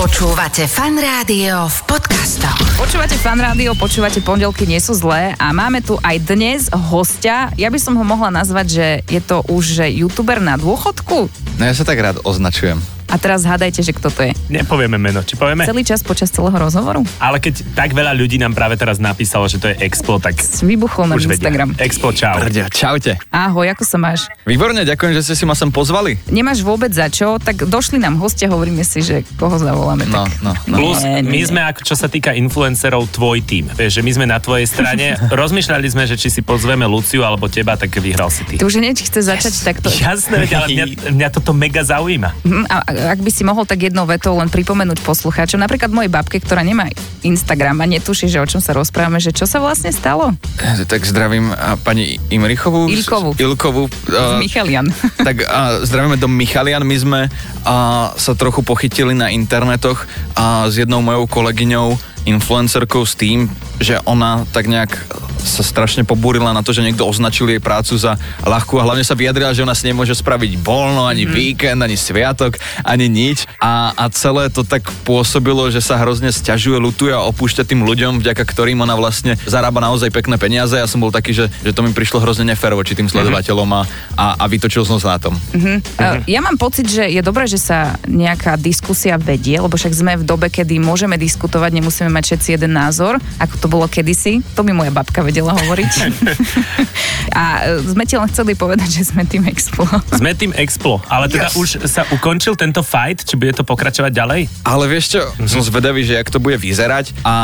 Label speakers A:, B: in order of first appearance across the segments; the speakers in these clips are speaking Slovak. A: Počúvate fan rádio v podcastoch.
B: Počúvate fan rádio, počúvate pondelky nie sú zlé a máme tu aj dnes hostia. Ja by som ho mohla nazvať, že je to už že youtuber na dôchodku.
C: No ja sa tak rád označujem.
B: A teraz hádajte, že kto to je.
D: Nepovieme meno, či povieme?
B: Celý čas počas celého rozhovoru.
D: Ale keď tak veľa ľudí nám práve teraz napísalo, že to je Expo, tak
B: S vybuchol na
D: už vedia.
B: Instagram.
D: Expo, čau.
C: Brďa, čaute.
B: Ahoj, ako sa máš?
C: Výborne, ďakujem, že ste si ma sem pozvali.
B: Nemáš vôbec za čo, tak došli nám hostia, hovoríme si, že koho zavoláme.
C: No,
B: tak...
C: no, no.
D: Plus,
B: Nie, nie,
D: my
B: nie.
D: sme, ako čo sa týka influencerov, tvoj tým. Vieš, že my sme na tvojej strane. Rozmýšľali sme, že či si pozveme Luciu alebo teba, tak vyhral si ty.
B: Ty už hneď chce začať yes. takto.
D: Jasné, veď, ale mňa, mňa toto mega zaujíma.
B: Hm, A a- ak by si mohol tak jednou vetou len pripomenúť poslucháčom, napríklad mojej babke, ktorá nemá Instagram a netuší, že o čom sa rozprávame, že čo sa vlastne stalo?
C: E, Tak zdravím a pani Imrichovú.
B: Ilkovú.
C: S- Ilkovú.
B: Uh,
C: A, Mhm.
B: Michalian.
C: tak a, zdravíme do Michalian. My sme a, sa trochu pochytili na internetoch a, s jednou mojou kolegyňou, influencerkou s tým, že ona tak nejak sa strašne pobúrila na to, že niekto označil jej prácu za ľahkú a hlavne sa vyjadrila, že ona si nemôže spraviť voľno, ani mm. víkend, ani sviatok, ani nič. A, a celé to tak pôsobilo, že sa hrozne sťažuje, lutuje a opúšťa tým ľuďom, vďaka ktorým ona vlastne zarába naozaj pekné peniaze. Ja som bol taký, že, že to mi prišlo hrozne nefér voči tým sledovateľom a, a, a vytočil som sa na tom.
B: Mhm. Uh, Ja mám pocit, že je dobré, že sa nejaká diskusia vedie, lebo však sme v dobe, kedy môžeme diskutovať, nemusíme mať všetci jeden názor, ako to bolo kedysi. To by moja babka vedela hovoriť. a uh, sme ti len chceli povedať, že sme tým Expo.
D: Sme tým Explo, ale teda yes. už sa ukončil tento fight, či bude to pokračovať ďalej?
C: Ale vieš čo, som zvedavý, že jak to bude vyzerať a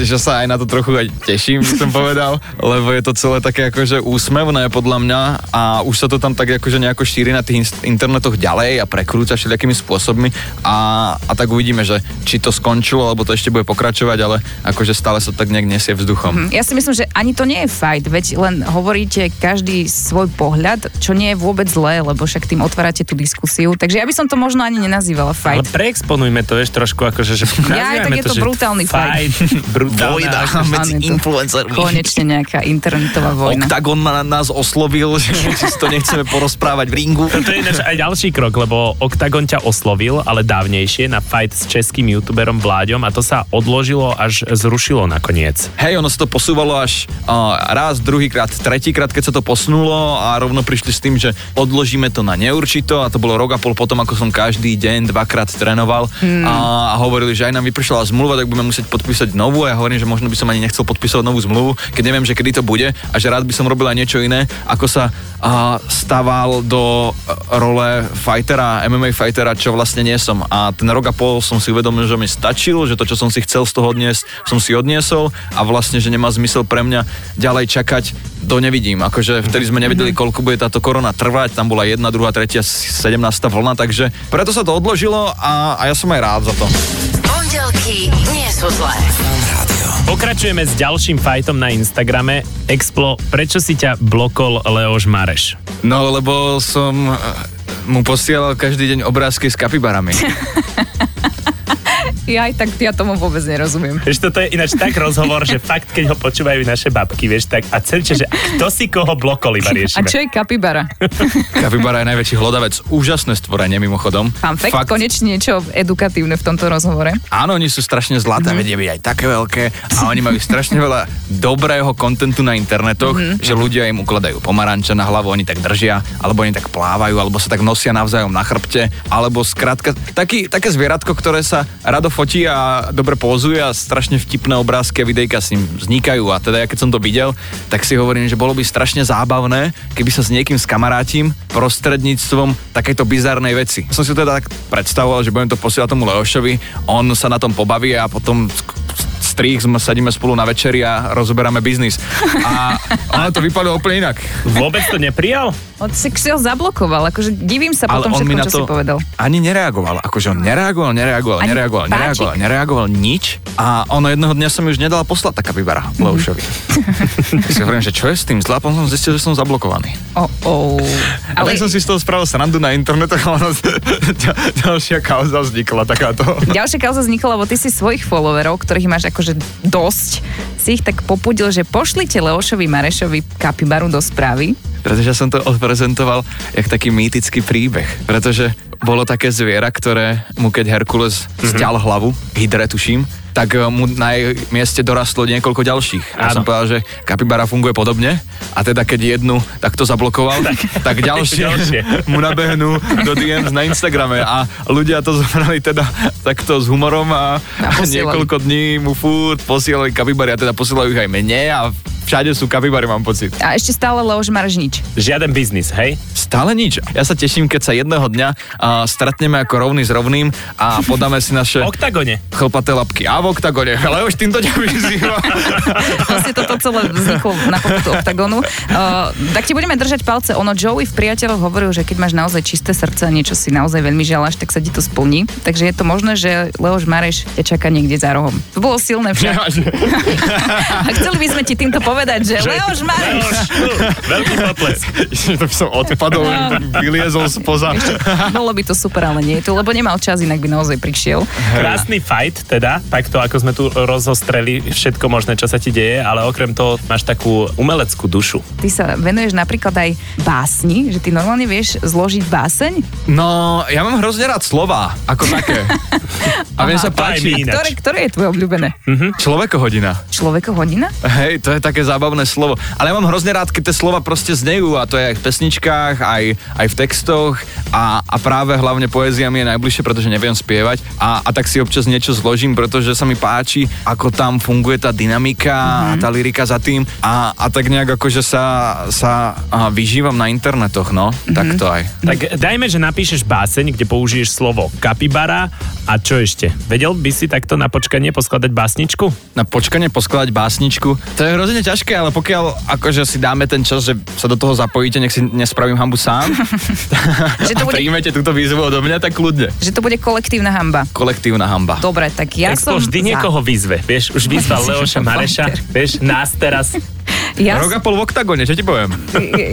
C: že sa aj na to trochu aj teším, by som povedal, lebo je to celé také akože úsmevné podľa mňa a už sa to tam tak akože nejako šíri na tých inst- internetoch ďalej a prekrúca všelijakými spôsobmi a, a tak uvidíme, že či to skončilo, alebo to ešte bude pokračovať, ale akože stále sa tak nejak nesie vzduchom.
B: Ja si myslím, že ani to nie je fight, veď len hovoríte každý svoj pohľad, čo nie je vôbec zlé, lebo však tým otvárate tú diskusiu. Takže ja by som to možno ani nenazývala
D: Ale
B: fight.
D: preexponujme to, vieš, trošku akože, že
B: Ja, tak
D: nazývajme
B: je to
D: že
B: brutálny fight.
D: brutálna. akože
B: medzi
C: influencermi.
B: Konečne nejaká internetová vojna.
C: Octagon ma- nás oslovil, že si to nechceme porozprávať v ringu.
D: To je ináč aj ďalší krok, lebo Octagon ťa oslovil, ale dávnejšie na fight s českým youtuberom Vláďom a to sa odložilo až zrušilo nakoniec.
C: Hej, ono sa to posúvalo až uh, raz, druhýkrát, tretíkrát, keď sa to posunulo a rovno prišli s tým, že odložíme to na neurčito a to bolo rok a pol potom, ako som každý deň dvakrát trénoval hmm. a, a hovorili, že aj nám vypršala zmluva, tak budeme musieť podpísať novú a ja hovorím, že možno by som ani nechcel podpísať novú zmluvu, keď neviem, že kedy to bude a že rád by som robil aj niečo iné, ako sa uh, stával do eh, role fightera, MMA fightera, čo vlastne nie som. A ten rok a pol som si uvedomil, že mi stačil, že to, čo som si chcel z toho odniesť, som si odniesol a vlastne, že nemá zmysel pre mňa ďalej čakať do nevidím. Akože vtedy sme nevedeli, koľko bude táto korona trvať, tam bola jedna, druhá, tretia, s- 17. vlna, takže preto sa to odložilo a, a ja som aj rád za to.
A: Pondelky nie sú zlé.
D: Pokračujeme s ďalším fightom na Instagrame. Explo, prečo si ťa blokol Leoš Mareš?
C: No, lebo som eh, mu posielal každý deň obrázky s kapibarami.
B: Ja aj tak ja tomu vôbec nerozumiem.
D: Vieš, toto je ináč tak rozhovor, že fakt, keď ho počúvajú naše babky, vieš, tak a celče, že kto si koho blokol
B: A
D: iba
B: čo je
D: riešime.
B: kapibara?
C: Kapibara je najväčší hlodavec. Úžasné stvorenie mimochodom.
B: Fun fact, Fakt. konečne niečo edukatívne v tomto rozhovore.
C: Áno, oni sú strašne zlaté, mm-hmm. vedia byť aj také veľké a oni majú strašne veľa dobrého kontentu na internetoch, mm-hmm. že ľudia im ukladajú pomaranče na hlavu, oni tak držia, alebo oni tak plávajú, alebo sa tak nosia navzájom na chrbte, alebo skrátka taký, také zvieratko, ktoré sa rado fotí a dobre pozuje a strašne vtipné obrázky a videjka s ním vznikajú. A teda ja keď som to videl, tak si hovorím, že bolo by strašne zábavné, keby sa s niekým skamarátim prostredníctvom takejto bizarnej veci. Som si to teda tak predstavoval, že budem to posielať tomu Leošovi, on sa na tom pobaví a potom sk- strých, sme sedíme spolu na večeri a rozoberáme biznis. A ono to vypadlo úplne inak.
D: Vôbec to neprijal?
B: On si si ho zablokoval, akože divím sa po tom
C: on mi
B: všetkom,
C: na
B: čo si
C: to
B: povedal.
C: ani nereagoval. Akože on nereagoval, nereagoval,
B: Ani
C: nereagoval,
B: páčik.
C: nereagoval, nereagoval nič. A ono jednoho dňa som už nedala poslať taká vybara
B: Mhm.
C: Leušovi. Ja si hovorím, že čo je s tým zlá, potom som zistil, že som zablokovaný.
B: Oh, oh.
C: A
B: Ale
C: tak som si z toho spravil srandu na internete a ono, ďal- ďalšia kauza vznikla takáto.
B: No. ďalšia kauza vznikla, lebo ty si svojich followerov, ktorých máš akože dosť, si ich tak popudil, že pošlite Leošovi Marešovi kapibaru do správy.
C: pretože som to odprezentoval jak taký mýtický príbeh, pretože bolo také zviera, ktoré mu keď Herkules
D: Mhm.
C: zťal hlavu, hydre tuším, tak e, mu na jej mieste dorastlo niekoľko ďalších. A ja som
D: Áno.
C: povedal, že kapibara funguje podobne a teda keď jednu takto zablokoval, tak, tak ďalšie,
D: Ďalšie.
C: mu nabehnú do DMs na Instagrame a ľudia to zobrali teda takto s humorom a, a
B: posielali.
C: niekoľko dní mu furt posielali kapibary a teda posielajú ich aj mne a všade sú kapibary, mám pocit.
B: A ešte stále Leoš Marž nič.
D: Žiaden biznis, hej?
C: Stále nič. Ja sa teším, keď sa jedného dňa uh, stretneme ako rovný s rovným a podáme si naše
D: V oktagone.
C: chlpaté labky. A v oktagone, ale už týmto ťa vyzývam.
B: Vlastne toto celé vzniklo na poputu Octagonu. Uh, tak ti budeme držať palce. Ono Joey v priateľoch hovoril, že keď máš naozaj čisté srdce a niečo si naozaj veľmi želáš, tak sa ti to splní. Takže je to možné, že Leoš Mareš ťa čaká niekde za rohom. To bolo silné však. A chceli by sme ti týmto povedať, že Leoš Mareš
D: Leoš, tu, Veľký potlesk.
C: to by som odpadol, vyliezol spoza.
B: Bolo by to super, ale nie je tu, lebo nemal čas, inak by naozaj prišiel.
D: Krásny fight, teda, takto ako sme tu rozostreli všetko možné, čo sa ti deje, ale okrem toho máš takú umeleckú dušu.
B: Ty sa venuješ napríklad aj básni, že ty normálne vieš zložiť báseň,
C: No, ja mám hrozne rád slova, ako také. A mne sa
D: to aj my
C: páči.
D: ináč. Hm.
B: ktoré, ktoré je tvoje obľúbené.
C: Človekohodina.
B: Človeko hodina?
C: Hej, to je také zábavné slovo. Ale ja mám hrozne rád, keď tie slova proste znejú a to je aj v pesničkách, aj, aj v textoch a, a práve hlavne poézia mi je najbližšie, pretože neviem spievať a, a tak si občas niečo zložím, pretože sa mi páči, ako tam funguje tá dynamika mm-hmm. a tá lyrika za tým a, a tak nejak akože sa, sa a vyžívam na internetoch, no, mm-hmm. tak to aj.
D: Tak dajme, že napíšeš báseň, kde použiješ slovo kapibara a čo ešte? Vedel by si takto na počkanie poskladať básničku?
C: na počkanie poskladať básničku. To je hrozne ťažké, ale pokiaľ akože si dáme ten čas, že sa do toho zapojíte, nech si nespravím hambu sám
B: Že
C: a
B: to bude,
C: príjmete túto výzvu odo mňa, tak kľudne.
B: že to bude kolektívna hamba.
C: Kolektívna hamba. To...
B: Dobre, tak ja
D: Ja
B: som
D: Expo vždy
B: za.
D: niekoho vyzve. Vieš, už vyzval Leoša Mareša. Vieš, nás teraz.
B: Ja, e,
C: Rok a pol v oktagone, čo ti poviem?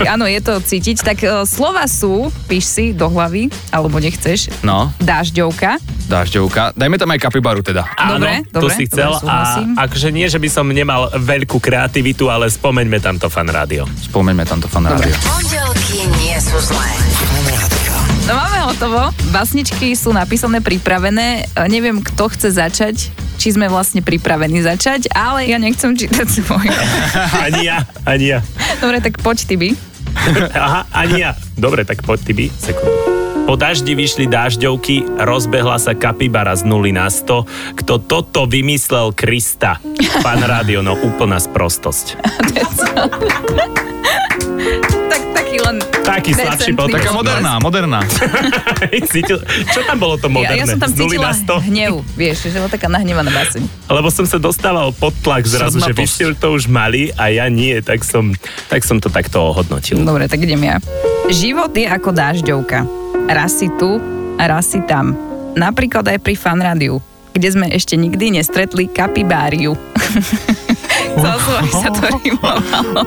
B: áno, je to cítiť. Tak e, slova sú, píš si do hlavy, alebo nechceš,
C: No,
B: dážďovka.
C: dážďovka. Dajme tam aj kapibaru teda.
D: Áno,
B: Dobre,
D: to
B: dobre,
D: si chcel.
B: dobre,
D: a
B: súhlasím.
D: akože nie, že by som nemal veľkú kreativitu, ale spomeňme tam to fan rádio.
C: Spomeňme tamto fan rádio.
A: Pondelky nie sú zlé.
B: No máme hotovo. Básničky sú napísané, pripravené. E, Neviem, kto chce začať, či sme vlastne pripravení začať, ale ja nechcem čítať svoje.
D: Ani ja, ani ja.
B: Dobre, tak poď ty by.
D: Aha, ani ja. Dobre, tak poď ty by. Sekundu. Po daždi vyšli dážďovky, rozbehla sa kapibara z 0 na 100. Kto toto vymyslel, Krista. Fan rádio, no úplná sprostosť.
B: Tak, taký len...
D: Taký
B: decentný
D: slabší podcast.
C: Taká
B: rozhlas.
C: moderná, moderná.
D: Cítil, čo tam bolo to
B: Ja,
D: moderné?
B: ja som tam
D: z 0
B: cítila
D: na 100?
B: hnev, vieš, že bola taká nahnevaná báseň.
D: Lebo som sa dostával pod tlak zrazu, že vy
C: Sodnaposť.
D: ste to už mali a ja nie, tak som, tak som to takto ohodnotil.
B: Dobre, tak idem ja. Život je ako dážďovka. Raz si tu a raz si tam. Napríklad aj pri fanrádiu, kde sme ešte nikdy nestretli kapibáriu. Chcel som, aby sa to rimovalo.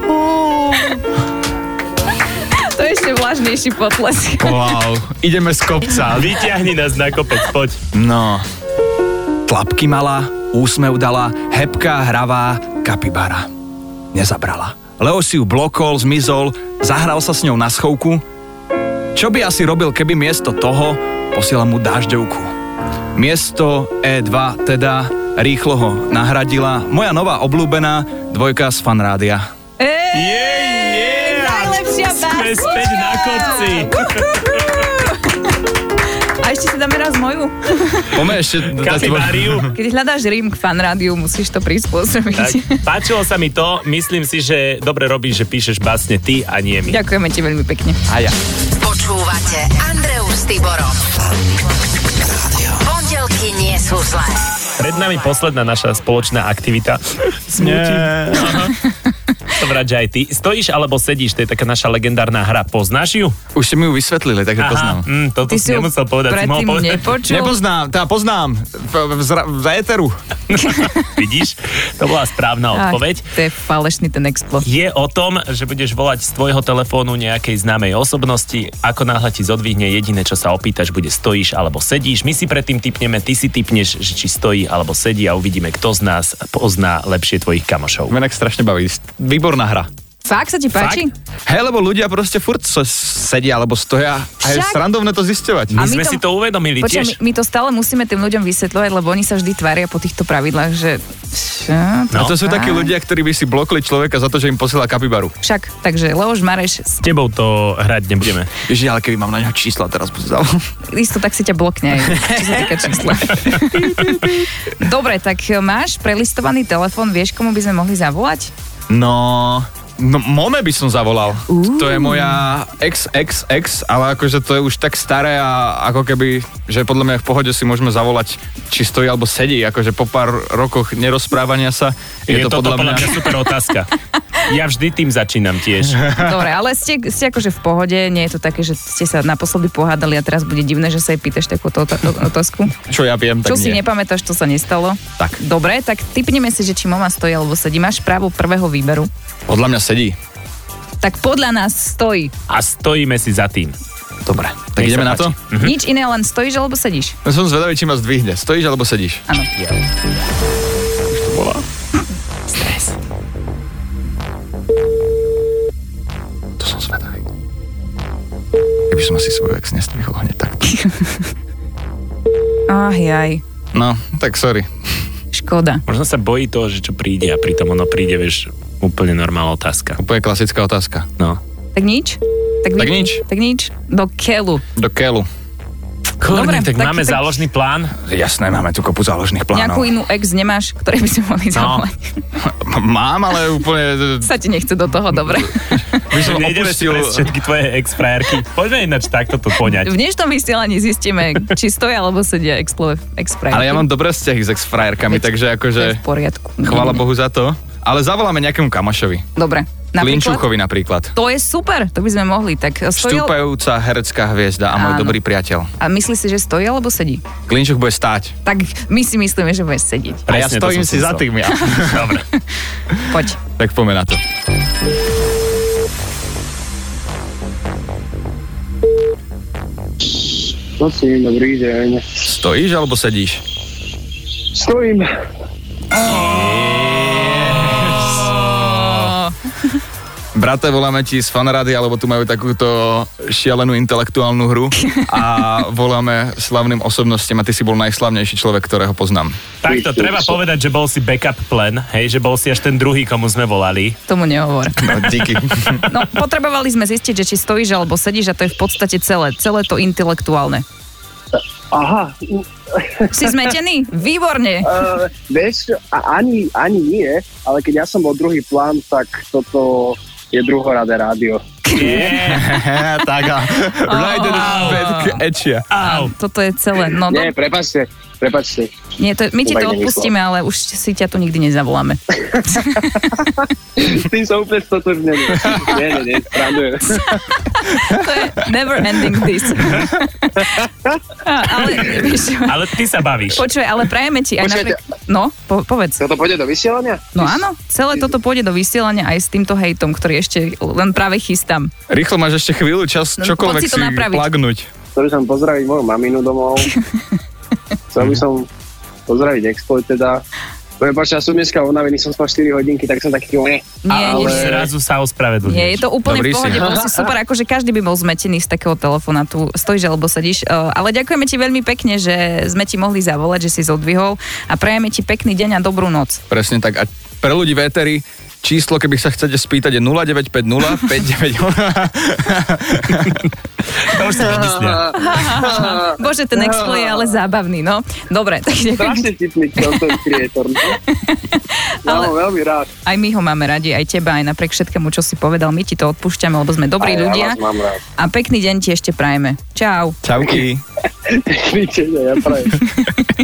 B: to je ešte vlažnejší potlesk.
C: Wow, ideme z kopca.
D: Vyťahni nás na kopec, poď.
C: No. Tlapky mala, úsmev dala, hebká, hravá, kapibara. Nezabrala. Leo si ju blokol, zmizol, zahral sa s ňou na schovku. Čo by asi robil, keby miesto toho posiela mu dážďovku? Miesto E2 teda rýchlo ho nahradila moja nová obľúbená dvojka z fanrádia.
B: Ej,
D: Yeah, yeah!
B: najlepšia
D: Sme
B: básnička!
D: späť na kopci.
B: A ešte si dáme raz moju.
C: Poďme ešte...
D: Kapibáriu.
B: Keď hľadáš rím k fanrádiu, musíš to
D: Tak,
B: prispôsobiť.
D: páčilo sa mi to, myslím si, že dobre robíš, že píšeš básne ty a nie my.
B: Ďakujeme ti veľmi pekne.
C: A ja.
A: Počúvate Andreu s Tiborom. Pondelky nie sú zlé.
D: Pred nami posledná naša spoločná aktivita. Smutím. To vrať, že aj ty. Stojíš alebo sedíš, to je taká naša legendárna hra. Poznáš ju?
C: Už ste mi ju vysvetlili, tak ju poznám.
D: mm, toto
B: Ty
D: si
B: si ju
D: nemusel povedať. si mohol
B: predtým
D: povedať.
B: nepočul.
C: Nepoznám, teda poznám. V, v, zra- v éteru.
D: Vidíš? To bola správna
B: Ach,
D: odpoveď.
B: To je falešný ten explo.
D: je o tom, že budeš volať z tvojho telefónu nejakej známej osobnosti, ako náhle ti zodvihne jediné, čo sa opýtaš, bude stojíš alebo sedíš. My si predtým typneme, ty si typneš, že či stojí alebo sedí a uvidíme, kto z nás pozná lepšie tvojich kamošov.
C: Mňa tak strašne baví. Výborná hra.
B: Fakt sa ti páči?
D: Fakt?
C: Hej, lebo ľudia proste furt so sedia alebo stoja a je
B: Však-
C: srandovné to zisťovať.
B: A my
D: My sme
B: to-
D: si to uvedomili
B: Počujem,
D: tiež.
B: my, my to stále musíme tým ľuďom vysvetľovať, lebo oni sa vždy tvária po týchto pravidlách, že... Čo?
C: No. A to sú
B: tak.
C: takí ľudia, ktorí by si blokli človeka za to, že im posiela kapibaru.
B: Však, takže Leoš Mareš, s-
D: S tebou to hrať nebudeme.
C: Ježiš, ale keby mám na neho čísla, teraz by som dal.
B: isto tak si ťa blokne aj, čo sa týka čísla. Dobre, tak eh, máš prelistovaný telefón, vieš, komu by sme mohli zavolať?
C: No, no, Mome by som zavolal. Uh. To je moja ex, ex, ex, ale akože to je už tak staré a ako keby, že podľa mňa v pohode si môžeme zavolať, či stojí alebo sedí. Akože po pár rokoch nerozprávania sa je, je to,
D: toto
C: podľa mňa...
D: super otázka. Ja vždy tým začínam tiež.
B: Dobre, ale ste, ste akože v pohode, nie je to také, že ste sa naposledy pohádali a teraz bude divné, že sa jej pýtaš takúto ota- o- otázku.
C: Čo ja viem,
B: Čo
C: tak
B: si
C: nie.
B: nepamätáš, to sa nestalo?
C: Tak.
B: Dobre, tak typneme si, že či mama stojí alebo sedí. Máš právo prvého výberu.
C: Podľa mňa sedí.
B: Tak podľa nás stojí.
D: A stojíme si za tým.
C: Dobre. Tak
D: Nech sa
C: ideme na to?
D: páči.
B: Mhm. Nič iné, len stojíš alebo sedíš.
C: No som zvedavý, či ma zdvihne. Stojíš alebo sedíš?
B: Áno.
C: To som zvedavý. Keby som asi svoj ex nestrihol hneď takto.
B: Ach jaj,
C: No, tak sorry.
B: škoda.
D: Možno sa bojí toho, že čo príde a pritom ono príde, vieš, úplne normálna otázka.
C: Úplne klasická otázka.
D: No.
B: Tak nič? Tak,
C: Tak
B: vy-
C: nič.
B: Tak nič. Do keľu.
C: Do keľu.
D: Korník, tak,
B: tak-
D: máme
B: tak-
D: záložný plán.
C: Jasné, máme tu kopu záložných
B: Nejakú inú ex nemáš, ktoré by si
C: No.
B: mohli zavolať.
C: Mám, ale úplne... e,
B: Sa ti nechce do toho, dobre.
C: By som
D: Nejdeme si
C: opustil...
D: prejsť všetky tvoje ex-frajerky. Poďme ináč takto to
B: V
D: poňať.
B: dnešnom vysielaní zistíme, či stoja alebo sedia ex ex
C: Ale ja mám dobré vzťahy s ex-frajerkami,
B: To je
C: takže akože
B: v poriadku.
C: chvála Bohu za to. Ale zavoláme nejakému kamašovi.
B: Dobre. Napríklad,
C: Linčuchovi napríklad.
B: to je super, to by sme mohli. Tak stojí,
C: Štúpajúca herecká hviezda a
B: Áno.
C: môj dobrý priateľ.
B: a myslí si, že stojí alebo sedí?
C: Klinčuch bude stáť.
B: Tak my si myslíme, že budeš sedieť.
C: A ja
D: Presne, to
C: stojím
D: som
C: si za
D: chcel.
C: tým ja.
D: Dobre.
B: Poď.
C: tak poďme na to.
E: Prosím, dobrý deň.
C: Stojíš alebo sedíš?
E: Stojím.
C: Brate, voláme ti z fanrady, alebo tu majú takúto šialenú intelektuálnu hru a voláme slavným osobnostiam a ty si bol najslavnejší človek, ktorého poznám.
D: Takto, treba povedať, že bol si backup plan, hej, že bol si až ten druhý, komu sme volali.
B: Tomu nehovor.
C: No, díky.
B: No, potrebovali sme zistiť, že či stojíš alebo sedíš a to je v podstate celé. Celé to intelektuálne.
E: Aha,
B: Si zmetený? Výborne.
E: uh, vieš, a ani, ani nie, ale keď ja som bol druhý plán, tak toto je druhoradé rádio.
D: Yeah.
C: tak a right in the bed k ečia.
D: Au.
B: Toto je celé. No,
E: Nie,
B: nie,
E: prepačte, prepačte.
B: nie to, my ti
E: to
B: to
E: tak nemyslel.
B: odpustíme, ale už si ťa tu nikdy nezavoláme.
E: S tým sa úplne stotožnený. Nie, nie, nie, srandujem.
B: To je never ending this. ale, vieš,
D: Ale ty sa bavíš.
B: počuj, ale prajeme ti aj
E: Počkajte.
B: napriek... No, po, povedz.
E: Toto pôjde do vysielania?
B: No áno, celé toto pôjde do vysielania aj s týmto hejtom, ktorý ešte len práve chystám.
C: Rýchlo máš ešte chvíľu čas
B: No,
C: čokoľvek
B: poď si
C: si
B: to napraviť.
C: plagnúť.
E: Chcel by som pozdraviť moju maminu domov. Chcel by som pozdraviť Exploit teda. Budem počať, ja som dneska unavený, som spal 4 hodinky, tak som taký, nie.
B: Nie, nie, nie.
E: Ale-
D: Zrazu sa ospravedlňuješ.
B: Nie, je to úplne
C: Dobrý
B: v pohode,
C: si.
B: bol si super, akože každý by bol zmetený z takého telefonátu, stojíš alebo sedíš, Eh, ale ďakujeme ti veľmi pekne, že sme ti mohli zavolať, že si zodvihol a prajeme ti pekný deň a dobrú noc.
C: Presne tak. A pre ľudí v éteri, číslo, keby sa chcete spýtať, je 0950 590.
D: To už si vymyslia.
B: Bože, ten Explo je ale zábavný, no. Dobre, tak ďakujem.
E: No. Strašne tipný content creator. no. Ja
B: Ale-
E: ho veľmi rád.
B: Aj my ho máme radi, aj teba, aj napriek všetkému, čo si povedal, my ti to odpúšťame, lebo sme dobrí
E: Aj ja
B: ľudia.
E: vás mám rád.
B: A pekný deň ti ešte prajeme. Čau.
C: Čauky.
E: Kričenie, ja prajem.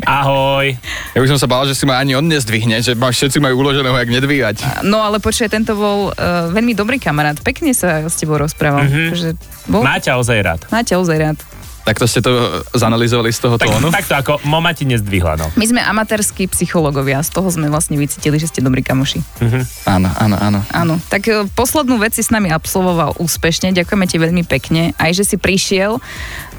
D: Ahoj.
C: Ja by som sa bál, že si ma ani on nezdvihne, že ma všetci majú uloženého, jak nedvíhať.
B: No ale počuj, tento bol uh, veľmi dobrý kamarát, pekne sa s tebou rozprával. Mm-hmm. Takže bol...
D: Má ťa ozaj rád.
B: Máte ozaj rád.
C: Takto ste to zanalizovali z toho
D: Tak,
C: tónu?
D: takto ako mama ti nezdvihla, no.
B: My sme amatérskí psychológovia, z toho sme vlastne vycítili, že ste dobrí kamoši.
C: Áno, áno, áno.
B: Áno, tak eh, e, poslednú vec si s nami absolvoval úspešne, ďakujeme ti veľmi pekne, aj že si prišiel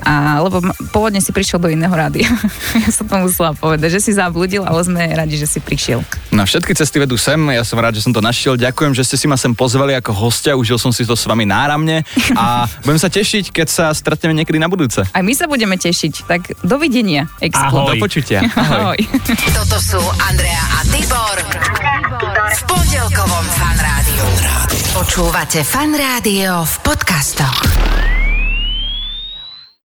B: A, lebo ma- pôvodne si prišiel do iného rádia. ja som to musela povedať, že si zabludil, ale sme radi, že si prišiel.
C: Na všetky cesty vedú sem, ja som rád, že som to našiel. Ďakujem, že ste si ma sem pozvali ako hostia, užil som si to s vami náramne a budem sa tešiť, keď sa stretneme niekedy na budúce.
B: A my sa budeme tešiť. Tak dovidenia, Expo.
D: Ahoj.
C: Do počutia. Ahoj.
A: Toto sú Andrea a Tibor v pondelkovom Fan Rádiu. Počúvate Fan Rádio v podcastoch.